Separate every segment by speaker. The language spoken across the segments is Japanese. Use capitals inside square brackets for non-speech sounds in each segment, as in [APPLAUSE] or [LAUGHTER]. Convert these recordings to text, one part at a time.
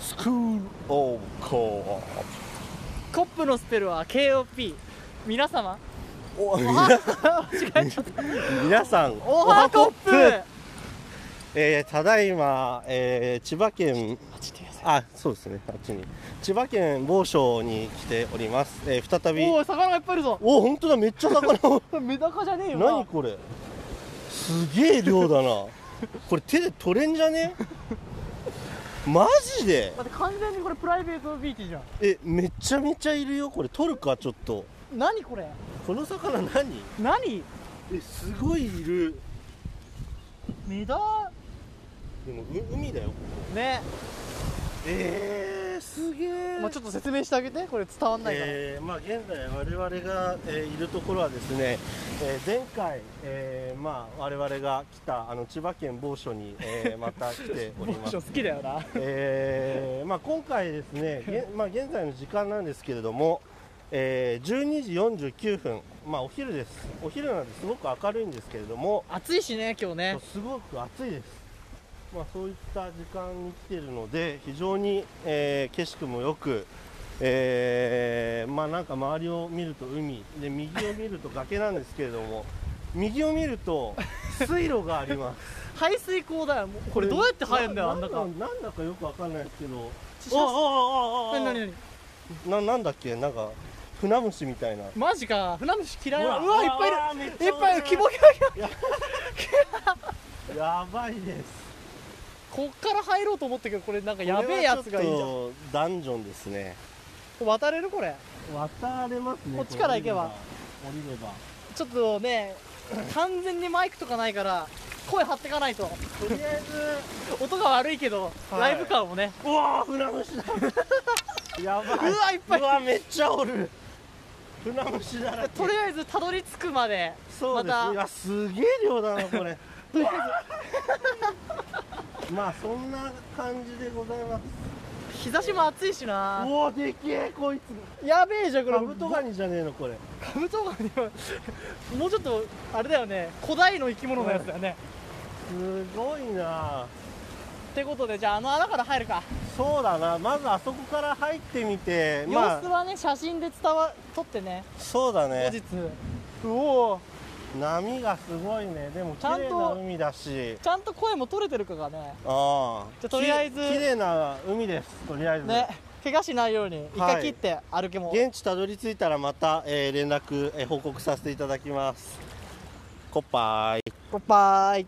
Speaker 1: スクール・オブ・コ
Speaker 2: コップのスペルは KOP 皆
Speaker 1: [LAUGHS]
Speaker 2: 様
Speaker 1: ーお
Speaker 2: おは間違えちゃった
Speaker 1: 皆さん
Speaker 2: おはコップ
Speaker 1: おはえーただいま、えー千葉県あそうですねあっちに千葉県某所に来ております、えー再び
Speaker 2: おお魚がいっぱいいるぞ
Speaker 1: お本当だめっちゃ [LAUGHS] 魚
Speaker 2: メダカじゃねえよな
Speaker 1: 何これすげえ量だなこれ手で取れんじゃねマジで
Speaker 2: だって完全にこれプライベートビーチじゃん
Speaker 1: えめちゃめちゃいるよこれ取るかちょっと
Speaker 2: 何これ
Speaker 1: この魚何
Speaker 2: 何
Speaker 1: えすごいいる
Speaker 2: メダ
Speaker 1: でもう海だよ
Speaker 2: ね
Speaker 1: えー、すげえ
Speaker 2: まあ、ちょっと説明してあげてこれ伝わんないから、
Speaker 1: えーまあ、現在我々が、えーいるところはですね、えー前回、えーまあ、我々が来たあの千葉県某所に、えーまた来ておりま
Speaker 2: 僕
Speaker 1: す
Speaker 2: 好きだよな
Speaker 1: えーまあ、今回です [LAUGHS] ね、げまあ、現在の時間なんですけれども、えー12時49分、まあ、お昼です、お昼なんですごく明るいんですけれども、
Speaker 2: 暑いしね今日ね
Speaker 1: すごく暑いです、まあ、そういった時間に来ているので、非常に、えー景色もよく、えーまあ、なんか周りを見ると海で、右を見ると崖なんですけれども、 [LAUGHS] 右を見ると水路があります。
Speaker 2: 排水口だよもう [LAUGHS] これどうやって入るんだよあん
Speaker 1: な
Speaker 2: 中
Speaker 1: なんだなんだかよくわかんないですけど。
Speaker 2: 地下
Speaker 1: あああああ
Speaker 2: 何何何
Speaker 1: ななんだっけなんか船虫みたいな。
Speaker 2: マジか船虫嫌いなう
Speaker 1: う
Speaker 2: わ
Speaker 1: わ
Speaker 2: いっぱいいる
Speaker 1: うわめっちゃ
Speaker 2: いっぱいいる
Speaker 1: 多い
Speaker 2: キモキモキモ
Speaker 1: やばいです。
Speaker 2: こっから入ろうと思ったけどこれなんかやべえやつがいる
Speaker 1: これ
Speaker 2: じゃん
Speaker 1: はちょっとダンジョンですね。
Speaker 2: 渡れるこれ
Speaker 1: 渡れますね。
Speaker 2: こっちから行けば
Speaker 1: 降りれば。
Speaker 2: ちょっとね完全にマイクとかないから声張ってかないと
Speaker 1: 降りればとりあえず。
Speaker 2: 音が悪いけど、
Speaker 1: はい
Speaker 2: ライブ感をね
Speaker 1: うわー船虫だ。やばい。
Speaker 2: うわいっぱいう
Speaker 1: わめっちゃおる。船虫だらけ。
Speaker 2: とりあえずたどり着くまで
Speaker 1: そうです
Speaker 2: また
Speaker 1: ね。いやすげえ量だな
Speaker 2: [LAUGHS]
Speaker 1: これ。 [LAUGHS] まあそんな感じでございます。
Speaker 2: 日差しも暑いしな
Speaker 1: うわでけえこいつ。
Speaker 2: やべえじゃんこれ
Speaker 1: カブトガニじゃねえのこれ。
Speaker 2: カブトガニはもうちょっとあれだよね古代の生き物のやつだよね、
Speaker 1: すごいな
Speaker 2: ってことでじゃああの穴から入るか、
Speaker 1: そうだなまずあそこから入ってみてま
Speaker 2: 様子
Speaker 1: あ
Speaker 2: はね写真で伝わ撮ってね
Speaker 1: そうだ
Speaker 2: 後
Speaker 1: ね
Speaker 2: 日うおー
Speaker 1: 波がすごいねでも
Speaker 2: ちゃ
Speaker 1: 綺
Speaker 2: んと
Speaker 1: 麗な海だし
Speaker 2: ちゃんと声も取れてるかがね
Speaker 1: ああ
Speaker 2: じゃあとりあえず
Speaker 1: き綺麗な海ですとりあえず、
Speaker 2: ね怪我しないように一
Speaker 1: はい
Speaker 2: 回切って歩けも、
Speaker 1: 現地たどり着いたらまた、えー連絡、えー報告させていただきますコッパーイ
Speaker 2: バイバーイ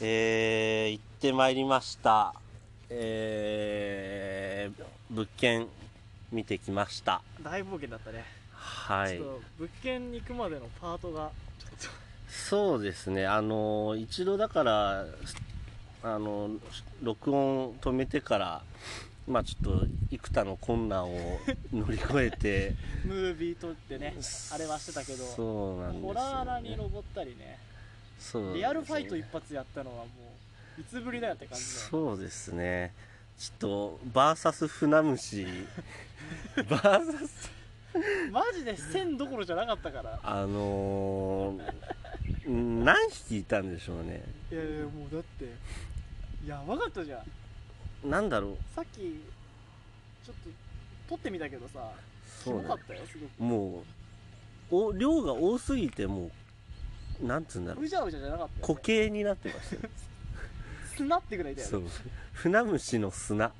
Speaker 1: えー行ってまいりましたえー物件見てきました
Speaker 2: 大冒険だったね、
Speaker 1: はい
Speaker 2: ちょっと物件に行くまでのパートがちょっと
Speaker 1: そうですね、あの一度だから、あの録音止めてから、まあちょっと幾多の困難を乗り越えて、
Speaker 2: ムービー撮ってね [LAUGHS] あれはしてたけど
Speaker 1: そうなんですよ、ね、
Speaker 2: ホラー穴に登ったりね
Speaker 1: そうなんですよね
Speaker 2: リアルファイト一発やったのはもういつぶりだよって感じだよ
Speaker 1: そうですね、ちょっと、バーサス船
Speaker 2: [LAUGHS]
Speaker 1: 虫、バーサス、
Speaker 2: マジで1000どころじゃなかったから
Speaker 1: あのー何匹いたんでしょうね、
Speaker 2: いやいやもうだってやばかったじゃん
Speaker 1: なんだろう、
Speaker 2: さっきちょっと撮ってみたけどさす
Speaker 1: そう
Speaker 2: ご
Speaker 1: ね
Speaker 2: かったよすご
Speaker 1: もうお量が多すぎてもうなんつうんだろ
Speaker 2: く
Speaker 1: う
Speaker 2: うじゃうじゃじゃなかった
Speaker 1: 固
Speaker 2: よ、ね、
Speaker 1: 形になってましたよ
Speaker 2: 砂ってぐらいだよ
Speaker 1: そ
Speaker 2: ね
Speaker 1: う船虫の
Speaker 2: [LAUGHS]
Speaker 1: 砂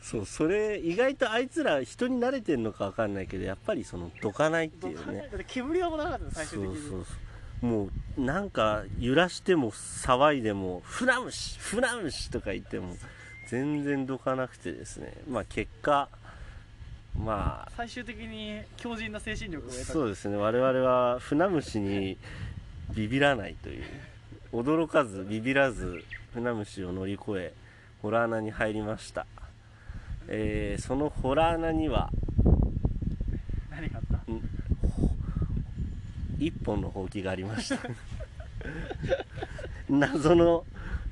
Speaker 1: そうそれ意外とあいつら人に慣れてんのかわかんないけどやっぱりそのどかないって
Speaker 2: ど
Speaker 1: いうう
Speaker 2: 考え
Speaker 1: ね
Speaker 2: たって煙はもなかったの
Speaker 1: そ
Speaker 2: 最
Speaker 1: うそ
Speaker 2: 終
Speaker 1: う
Speaker 2: 的に
Speaker 1: そうもうなんか揺らしても騒いでも「船虫船虫」とか言っても全然どかなくてですねまあ結果まあ
Speaker 2: 最終的に強靭な精神力を得た
Speaker 1: そうですね我々は船虫にビビらないという驚かずビビらず船虫を乗り越えホラー穴に入りました、えーそのホラー穴には
Speaker 2: 何があった
Speaker 1: 一本のほうきがありました [LAUGHS] 謎の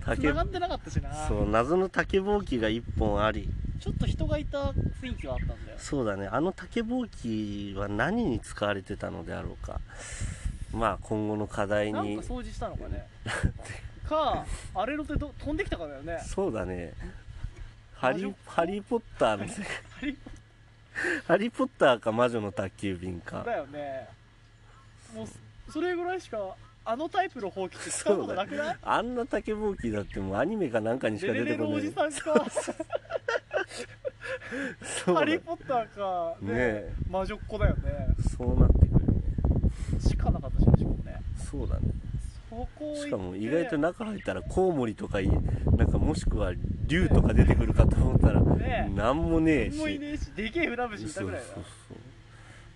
Speaker 1: 竹
Speaker 2: 繋がってなかったしな
Speaker 1: そう謎の竹ぼうきが1本あり
Speaker 2: ちょっと人がいた雰囲気はあったんだよ
Speaker 1: そうだねあの竹ぼうきは何に使われてたのであろうかまあ今後の課題
Speaker 2: なん
Speaker 1: に
Speaker 2: か掃除したのかねかあれの手ど飛んできたかだよね
Speaker 1: そうだねハリ
Speaker 2: 魔
Speaker 1: ー
Speaker 2: 女
Speaker 1: ハリー・ポッターみたい [LAUGHS] なハリー・ポッターか魔女の宅急便か
Speaker 2: だよねもうそそれぐらいしかあのタイプのほうきって使うことなくない
Speaker 1: あんな竹ぼうきだってもうアニメかなんかにし
Speaker 2: デ
Speaker 1: か
Speaker 2: レ
Speaker 1: 出て
Speaker 2: レ
Speaker 1: こ
Speaker 2: の
Speaker 1: な
Speaker 2: お
Speaker 1: い
Speaker 2: じさんか
Speaker 1: そう
Speaker 2: ハ
Speaker 1: だ
Speaker 2: リ
Speaker 1: ね
Speaker 2: ー・ポッターかね
Speaker 1: え
Speaker 2: 魔女っ子だよね
Speaker 1: そうなってくるよね
Speaker 2: しかなかったししかもね
Speaker 1: そうだね
Speaker 2: そこを
Speaker 1: しかも意外と中入ったらコウモリとかいなんかもしくは竜とか出てくるかと思ったら
Speaker 2: ね
Speaker 1: なんもねえ
Speaker 2: 何もい
Speaker 1: し
Speaker 2: ねえしでけえ船
Speaker 1: そ
Speaker 2: 虫
Speaker 1: う
Speaker 2: いた
Speaker 1: そう
Speaker 2: ぐらい
Speaker 1: そう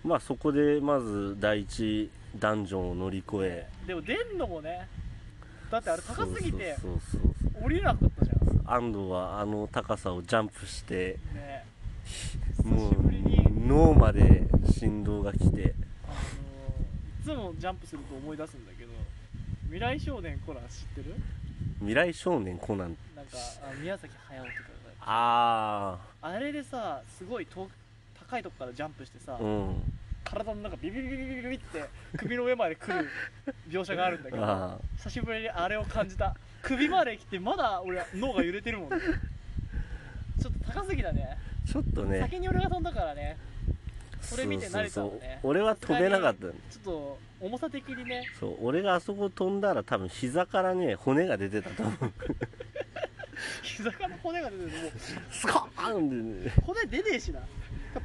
Speaker 1: まあそこでまず第一ダンジョンを乗り越え
Speaker 2: だでも出んのもねだってあれ高すぎて
Speaker 1: そうそうそうそう
Speaker 2: 降りれなかったじゃん
Speaker 1: 安藤はあの高さをジャンプして
Speaker 2: ね
Speaker 1: もう
Speaker 2: 久しぶりに
Speaker 1: 脳まで振動が来て
Speaker 2: あのいつもジャンプすると思い出すんだけど未来少年コナン知ってる
Speaker 1: 未来少年コナン
Speaker 2: なんかあ宮崎駿とかが
Speaker 1: あ
Speaker 2: あれでさすごい遠く高いとこからジャンプしてさ、
Speaker 1: あうん
Speaker 2: 体の中ビビビビビビビって首の上まで来る描写があるんだけど
Speaker 1: ああ
Speaker 2: 久しぶりにあれを感じた首まで来てまだ俺脳が揺れてるもんねちょっと高すぎだね
Speaker 1: ちょっとね
Speaker 2: 先に俺が飛んだからね
Speaker 1: そ
Speaker 2: そうれ見て慣れた
Speaker 1: そ
Speaker 2: の
Speaker 1: う
Speaker 2: ね
Speaker 1: そう俺は飛べなかったんだ
Speaker 2: ちょっと重さ的にね
Speaker 1: そう俺があそこ飛んだら多分膝からね骨が出てたと思う
Speaker 2: 膝から骨が出てるもう
Speaker 1: スコーンって、ね、
Speaker 2: 骨出ねえしな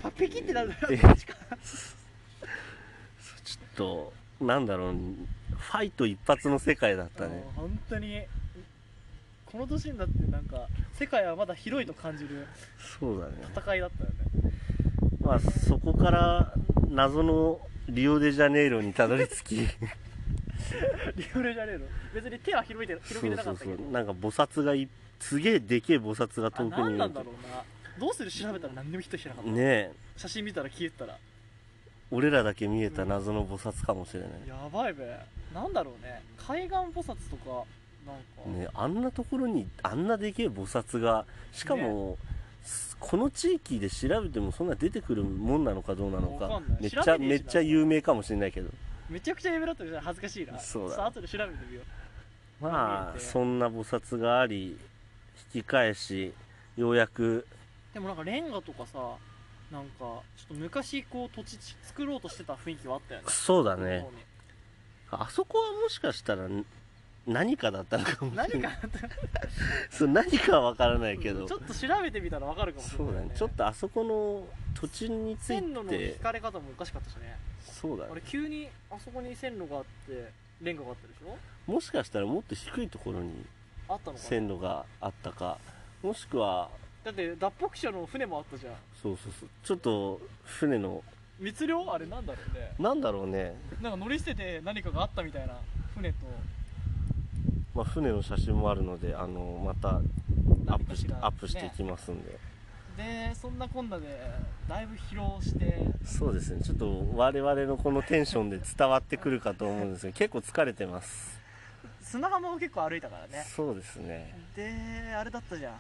Speaker 2: パピキってなるな
Speaker 1: え
Speaker 2: 確か
Speaker 1: そうちょっとなんだろうファイト一発の世界だったね
Speaker 2: もう本当にこの年になってなんか世界はまだ広いと感じる
Speaker 1: そうだね
Speaker 2: 戦いだったよね
Speaker 1: まあそこから謎のリオデジャネイロにたどり着き
Speaker 2: リオレジャネイロ別に手は広げて広
Speaker 1: そ
Speaker 2: げて
Speaker 1: う
Speaker 2: な
Speaker 1: そ
Speaker 2: かっ
Speaker 1: う
Speaker 2: た
Speaker 1: そ
Speaker 2: けど
Speaker 1: うなんか菩薩がいすげえでけえ菩薩が
Speaker 2: あ
Speaker 1: 遠く
Speaker 2: 何
Speaker 1: に
Speaker 2: ないんだろうなどうする調べたら何でもヒットしてなかった、
Speaker 1: ねえ
Speaker 2: 写真見たら消えてたら
Speaker 1: 俺らだけ見えた謎の菩薩かもしれない、
Speaker 2: やばいべなんだろうね海岸菩薩とかなんか、
Speaker 1: ね、あんなところにあんなでけえ菩薩がしかも、すこの地域で調べてもそんな出てくるもんなのかどうなのか
Speaker 2: わかんない
Speaker 1: めっち
Speaker 2: 調
Speaker 1: ゃ
Speaker 2: べね
Speaker 1: め
Speaker 2: えしな
Speaker 1: っちゃ有名かもしれないけど
Speaker 2: めちゃくちゃ夢だったみたいな恥ずかしいな
Speaker 1: そうだ
Speaker 2: ちょっと後で調べてみよう
Speaker 1: ま
Speaker 2: 見
Speaker 1: あ
Speaker 2: えて
Speaker 1: そんな菩薩があり引き返しようやく
Speaker 2: でもなんかレンガとかさなんかちょっと昔こう土地作ろうとしてた雰囲気はあったよね
Speaker 1: そうだ
Speaker 2: 向
Speaker 1: ね
Speaker 2: こうに
Speaker 1: あそこはもしかしたらん何かだったのかもしれない
Speaker 2: 何か
Speaker 1: そう何かは分からないけど
Speaker 2: ちょっと調べてみたらわかるかもしれ
Speaker 1: そう
Speaker 2: ない、
Speaker 1: だねちょっとあそこの土地につい
Speaker 2: 線路の引
Speaker 1: て
Speaker 2: かれ方もおかしかったしね
Speaker 1: そうだ
Speaker 2: あ
Speaker 1: ね
Speaker 2: れ急にあそこに線路があってレンガがあったでしょ
Speaker 1: もしかしたらもっと低いところに
Speaker 2: あったのかな
Speaker 1: 線路があったかもしくは
Speaker 2: だって脱北者の船もあったじゃん
Speaker 1: そうそうそうちょっと船の
Speaker 2: 密漁あれなんだろうね
Speaker 1: なんだろうね、
Speaker 2: なんか乗り捨てて何かがあったみたいな船と
Speaker 1: まあ、船の写真もあるのであのまたアッ
Speaker 2: 何
Speaker 1: プ
Speaker 2: か
Speaker 1: し
Speaker 2: してら
Speaker 1: アップしてい
Speaker 2: ね
Speaker 1: きますんで、
Speaker 2: でそんなこんなでだいぶ疲労して
Speaker 1: そうですねちょっと我々のこのテンションで伝わってくるかと思うんですけど結構疲れてます、
Speaker 2: 砂浜を結構歩いたからね
Speaker 1: そうですね
Speaker 2: であれだったじゃ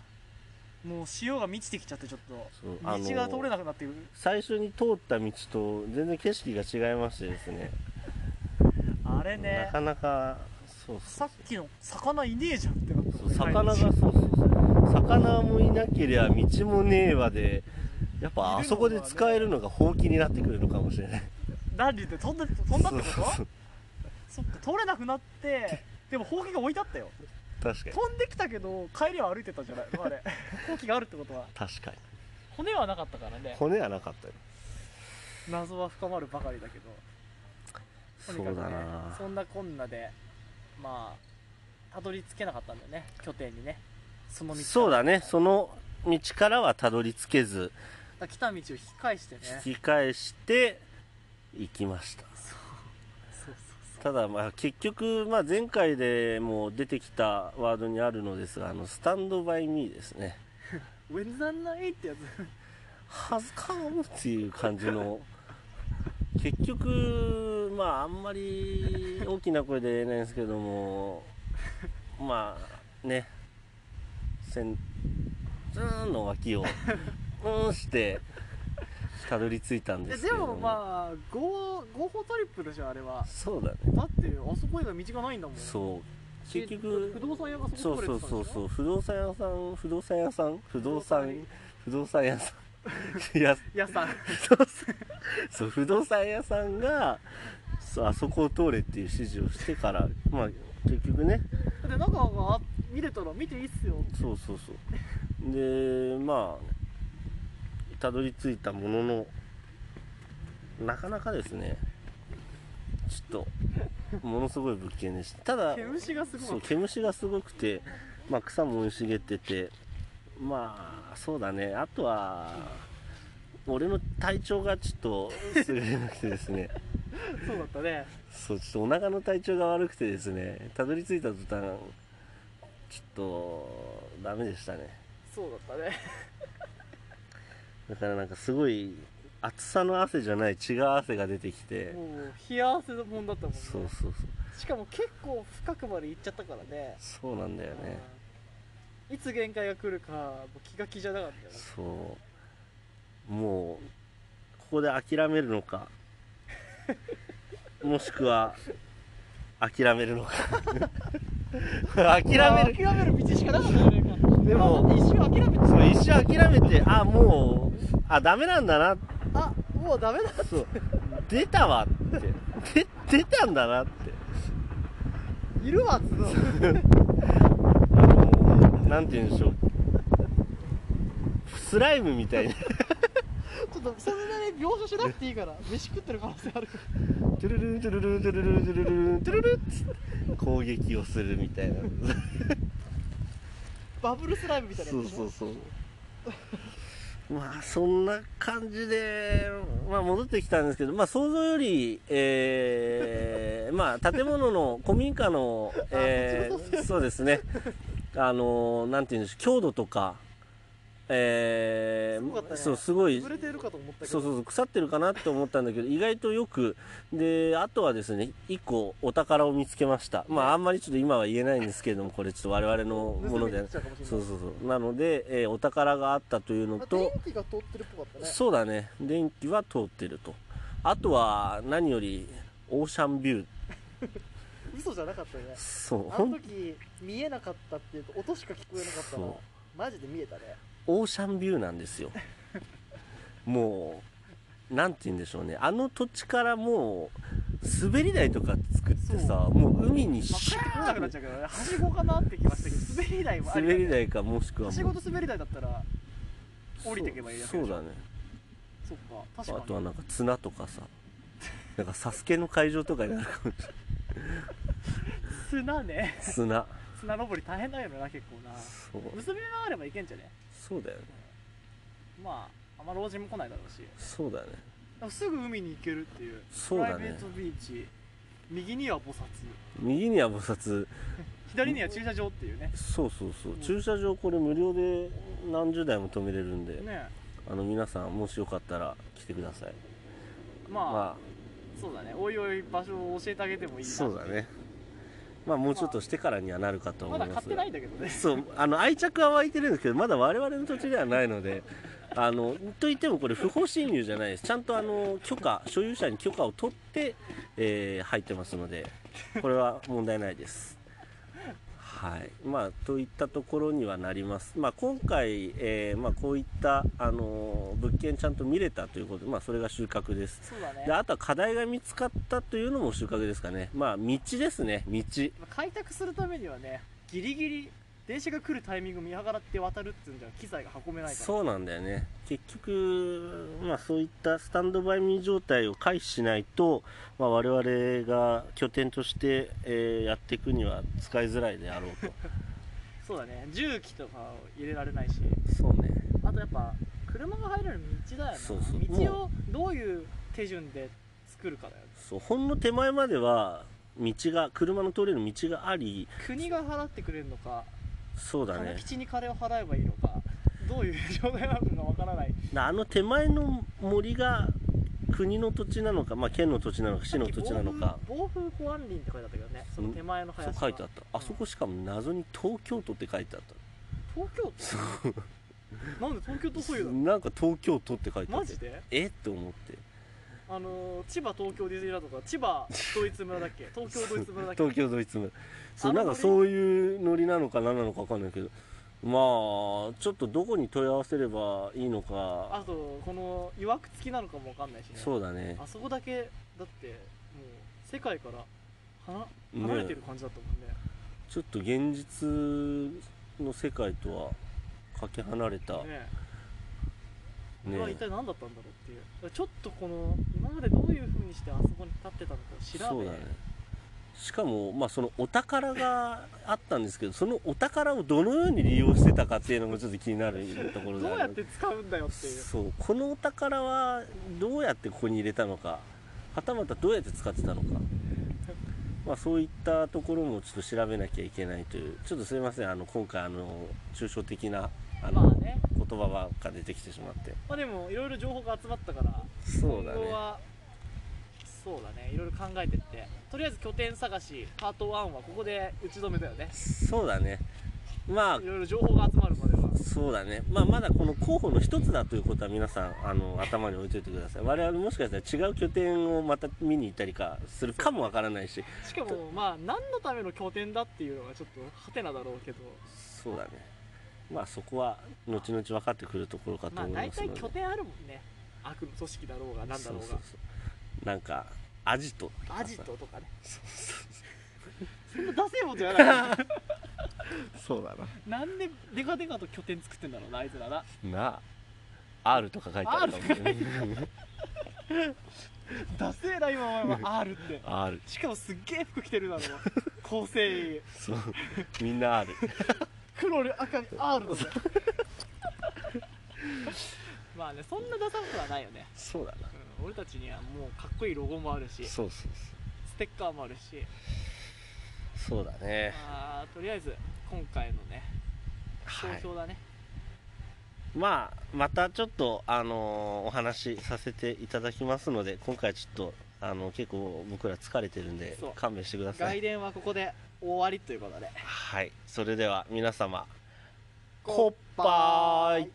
Speaker 2: んもう潮が満ちてきちゃってちょっと
Speaker 1: そう
Speaker 2: 道が通れなくなってる
Speaker 1: 最初に通った道と全然景色が違いましてですね
Speaker 2: あれね
Speaker 1: なかなかそうそ
Speaker 2: さ
Speaker 1: う
Speaker 2: っきの魚いねえじゃんってなった
Speaker 1: そう魚がそうそうそう魚もいなけりゃ道もねえわでやっぱあそこで使えるのがほうきになってくるのかもしれない [LAUGHS]
Speaker 2: ランディって飛んだ飛んだってこ
Speaker 1: そ
Speaker 2: と
Speaker 1: うそう
Speaker 2: そっか通れなくなってでもほうきが置いてあったよ
Speaker 1: 確かに
Speaker 2: 飛んできたけど帰りは歩いてたじゃないのあれほうきがあるってことは
Speaker 1: 確かに
Speaker 2: 骨はなかったからね
Speaker 1: 骨はなかったよ
Speaker 2: 謎は深まるばかりだけど
Speaker 1: そ
Speaker 2: と
Speaker 1: う
Speaker 2: にかく
Speaker 1: だ
Speaker 2: ね
Speaker 1: な
Speaker 2: そんなこんなでまあたどり着けなかったんだよね拠点にねその道から
Speaker 1: そうだねその道からはたどり着けず
Speaker 2: だから来た道を引き返してね
Speaker 1: 引き返して行きました
Speaker 2: そう
Speaker 1: ただまあ結局まあ前回でも出てきたワードにあるのですがあのスタンドバイミーですね
Speaker 2: そうウェンザンナイってやつ
Speaker 1: 恥ずかむっていう感じの [LAUGHS] 結局まああんまり大きな声で言えないんですけどもまあね先ずーんの脇をうーんしてたどり着いたん
Speaker 2: い
Speaker 1: で
Speaker 2: や
Speaker 1: すけれ
Speaker 2: で
Speaker 1: ども
Speaker 2: もまあ合合法トリプルじゃんあれは
Speaker 1: そうだね
Speaker 2: だってあそこ以外道がないんだもん
Speaker 1: そう
Speaker 2: で
Speaker 1: 結局
Speaker 2: 不動産屋がそ
Speaker 1: そ
Speaker 2: こ
Speaker 1: う
Speaker 2: 取
Speaker 1: そ
Speaker 2: れ
Speaker 1: う
Speaker 2: てたんでしょ
Speaker 1: そうそう不動産屋さん不動産屋さん不動産不動産屋さんいや
Speaker 2: 屋さん
Speaker 1: そうそう不動産屋さんがそうあそこを通れっていう指示をしてからまあ結局ね
Speaker 2: で中が見れたら見ていいっすよ
Speaker 1: そうそうそうでまあたどり着いたもののなかなかですねちょっとものすごい物件でしたただ
Speaker 2: 毛虫がす
Speaker 1: そ
Speaker 2: ご
Speaker 1: う
Speaker 2: い
Speaker 1: 毛虫がすごくて、まあ、草も生い茂っててまあそうだねあとは俺の体調がちょっと優れなくてです [LAUGHS] ね
Speaker 2: そうだったね
Speaker 1: そうちょっとお腹の体調が悪くてですねたどり着いた途端ちょっとダメでしたね
Speaker 2: そうだったね
Speaker 1: だからなんかすごい暑さの汗じゃない違う汗が出てきて
Speaker 2: もう冷や汗もんだったもんね
Speaker 1: そうそうそう
Speaker 2: しかも結構深くまで行っちゃったからね
Speaker 1: そうなんだよね
Speaker 2: うんいつ限界が来るかもう気が気じゃなかったよね
Speaker 1: そうもうここで諦めるのかもしくは諦めるのか諦める
Speaker 2: る諦める道しかなかったよね今
Speaker 1: でも
Speaker 2: まあだって一瞬諦めて
Speaker 1: そう一瞬諦めてあもうあダメなんだな
Speaker 2: あもうダメだ
Speaker 1: そう出たわってで出たんだなって
Speaker 2: いるわっつうの
Speaker 1: あのなんて言うんでしょうスライムみたいに
Speaker 2: ちょっとそんなに描写しなくていいから飯食ってる可能性あるか
Speaker 1: トゥルルントゥルルントゥルルントゥルルントゥルルンっつって攻撃をするみたいな
Speaker 2: らバブルスライムみたいな
Speaker 1: そうそう [LAUGHS] そうまあそんな感じで、まあ、戻ってきたんですけど、まあ、想像より、え
Speaker 2: [LAUGHS]
Speaker 1: ーまあ、建物の古民家の、え
Speaker 2: そっちの想像
Speaker 1: ー、そうですねあのなんていうんでしょう強度とか、え
Speaker 2: すごかった
Speaker 1: ー、
Speaker 2: ね
Speaker 1: そうすごい
Speaker 2: 潰れてるかと思ったけど
Speaker 1: そうそうそう腐ってるかなって思ったんだけど意外とよくであとはですね1個お宝を見つけましたまああんまりちょっと今は言えないんですけれどもこれちょっと我々のもので
Speaker 2: 盗みに来ちゃうかもしれない
Speaker 1: そうそうそうなので、えーお宝があったというの
Speaker 2: あ
Speaker 1: と
Speaker 2: 電気が通ってるっぽかったね
Speaker 1: そうだね電気は通ってるとあとは何よりオーシャンビュー
Speaker 2: 嘘じゃなかったよね
Speaker 1: そう
Speaker 2: あ
Speaker 1: ほん
Speaker 2: の時見えなかったっていうと音しか聞こえなかった
Speaker 1: そう
Speaker 2: のマジで見えたね
Speaker 1: オーシャンビューなんです
Speaker 2: [LAUGHS]
Speaker 1: よもうなんて言うんでしょうねあの土地からもう滑り台とか作ってさもう海に
Speaker 2: ま
Speaker 1: シュ
Speaker 2: あ、なくなっちゃうけどねはしごかなってきましたけど滑り台もありだ
Speaker 1: 滑
Speaker 2: ね
Speaker 1: り台かもしくは
Speaker 2: は
Speaker 1: も
Speaker 2: し
Speaker 1: う
Speaker 2: ごと滑り台だったら降りてけばいいやつでし
Speaker 1: そ
Speaker 2: ょ
Speaker 1: うだね
Speaker 2: そっか
Speaker 1: あ
Speaker 2: 確
Speaker 1: と
Speaker 2: か
Speaker 1: は
Speaker 2: に
Speaker 1: なんか綱とかさなんかサスケの会場とかになるかもしれない
Speaker 2: 砂ね
Speaker 1: 綱
Speaker 2: 砂登り大変だよな結構な
Speaker 1: そう
Speaker 2: 結び目があればいけんじゃね
Speaker 1: そうだよね
Speaker 2: まああんま老人も来ないだろうし
Speaker 1: そうだね
Speaker 2: でもすぐ海に行けるっていう
Speaker 1: そうだね
Speaker 2: プライベートビーチ右には菩薩
Speaker 1: 右には菩薩
Speaker 2: 左には駐車場っていうね
Speaker 1: そうそうそう駐車場これ無料で何十台も止めれるんで、
Speaker 2: ね
Speaker 1: あの皆さんもしよかったら来てください
Speaker 2: まあ、
Speaker 1: まあ
Speaker 2: そうだねおいおい場所を教えてあげてもいいな
Speaker 1: そうだねまあもうちょっとしてからにはなるかと思
Speaker 2: ま
Speaker 1: いま
Speaker 2: だ
Speaker 1: すが
Speaker 2: 買ってないんだけどね
Speaker 1: そうあの愛着は湧いてるんですけどまだ我々の土地ではないので [LAUGHS] あのといってもこれ不法侵入じゃないですちゃんとあの許可所有者に許可を取って、えー入ってますのでこれは問題ないですはいまあといったところにはなりますまあ今回、えーまあ、こういったあの物件ちゃんと見れたということでまあそれが収穫です
Speaker 2: そうだね
Speaker 1: であとは課題が見つかったというのも収穫ですかねまあ道ですね道
Speaker 2: 開拓するためにはねギリギリ電車が来るタイミング見計らって渡るっていうんじゃ機材が運べないから
Speaker 1: そうなんだよね結局まあそういったスタンドバイミー状態を回避しないと、まあ、我々が拠点として、えーやっていくには使いづらいであろうと
Speaker 2: そうだね重機とかを入れられないし
Speaker 1: そうね
Speaker 2: あとやっぱ車が入れる道だよな
Speaker 1: そうそう
Speaker 2: 道をどういう手順で作るかだよね
Speaker 1: そうほんの手前までは道が車の通れる道があり
Speaker 2: 国が払ってくれるのか
Speaker 1: そうだ
Speaker 2: 金
Speaker 1: ね
Speaker 2: 吉に金を払えばいいのかどういう状態なのかがわからない
Speaker 1: あの手前の森が国の土地なのか、まあ、県の土地なのか市の土地なのか
Speaker 2: 暴風保安林って書いてあったけどねその手前の
Speaker 1: そう
Speaker 2: 林
Speaker 1: 書いてあったあそこしかも謎に東京都って書いてあった
Speaker 2: 東京都なんで東京都そういうの
Speaker 1: なんか東京都って書いてあっ
Speaker 2: マ
Speaker 1: た
Speaker 2: ジで
Speaker 1: えって思って
Speaker 2: あのー千葉東京ディズニーランドとか千葉ドイツ村だっけ東京ドイツ村だっけ
Speaker 1: 東京ドイツ村そう
Speaker 2: あの
Speaker 1: なんかそういうノリなのか何なのか分かんないけどまあちょっとどこに問い合わせればいいの
Speaker 2: あ
Speaker 1: か
Speaker 2: とこのいわくつきなのかもわかんないしね
Speaker 1: そうだね
Speaker 2: あそこだけだってもう世界から離
Speaker 1: ね
Speaker 2: 離れてる感じだったもんね
Speaker 1: ちょっと現実の世界とはかけ離れたね
Speaker 2: ね
Speaker 1: え
Speaker 2: これは一体何だったんだろうっていうちょっとこの今までどういうふうにしてあそこに立ってたのかを調
Speaker 1: そ
Speaker 2: べ
Speaker 1: うだねしかもまあそのお宝があったんですけどそのお宝をどのように利用してたかっていうのもちょっと気になるところで
Speaker 2: どう
Speaker 1: あ
Speaker 2: やっ
Speaker 1: る
Speaker 2: て使うんだよっていう
Speaker 1: そうこのお宝はどうやってここに入れたのかはたまたどうやって使ってたのかまあそういったところもちょっと調べなきゃいけないというちょっとすいませんあの今回あの抽象的なあの、
Speaker 2: まあね
Speaker 1: 言葉ばっか出てきてしまって
Speaker 2: まあでもいろいろ情報が集まったから
Speaker 1: そうだ
Speaker 2: 今後
Speaker 1: ね
Speaker 2: はそうだねいろいろ考えてってとりあえず拠点探しパート1はここで打ち止めだよね
Speaker 1: そうだねまあ
Speaker 2: いろいろ情報が集まるまでは
Speaker 1: そうだね、まあ、まだこの候補の一つだということは皆さんあの頭に置いといてください我々もしかしたら違う拠点をまた見に行ったりかするかもわからないし
Speaker 2: しかもまあ何のための拠点だっていうのはちょっとハテナだろうけど
Speaker 1: そうだねまあそこは後々分かってくるところかと
Speaker 2: まあ
Speaker 1: 思いま
Speaker 2: 大
Speaker 1: すので、
Speaker 2: 体拠点あるもんね悪の組織だろうが何だろうが
Speaker 1: そうそうそうなんかアジトとかさ
Speaker 2: アジトとかねそんなダセえことやない
Speaker 1: そうだ
Speaker 2: なんでデカデカと拠点作ってんだろうなあいつらな
Speaker 1: ななあ R とか書いてあるかもね
Speaker 2: ダセえな今お前は R って
Speaker 1: R
Speaker 2: しかもすっげえ服着てるだろ構成
Speaker 1: そうみんな R
Speaker 2: 黒に赤に R だぜまあねそんなダサくはないよね、
Speaker 1: そうだな
Speaker 2: うん、俺たちにはもうかっこいいロゴもあるしス
Speaker 1: そうそうそう
Speaker 2: テッカーもあるし
Speaker 1: そうだね
Speaker 2: まあとりあえず今回のね
Speaker 1: は
Speaker 2: 投
Speaker 1: い
Speaker 2: 票だね、
Speaker 1: まあまたちょっとあのーお話しさせていただきますので今回ちょっとあの結構僕ら疲れてるんで
Speaker 2: そう
Speaker 1: 勘弁してくださ
Speaker 2: 外
Speaker 1: い
Speaker 2: 伝はここで終わりということで
Speaker 1: はいそれでは皆様
Speaker 2: こっぱーい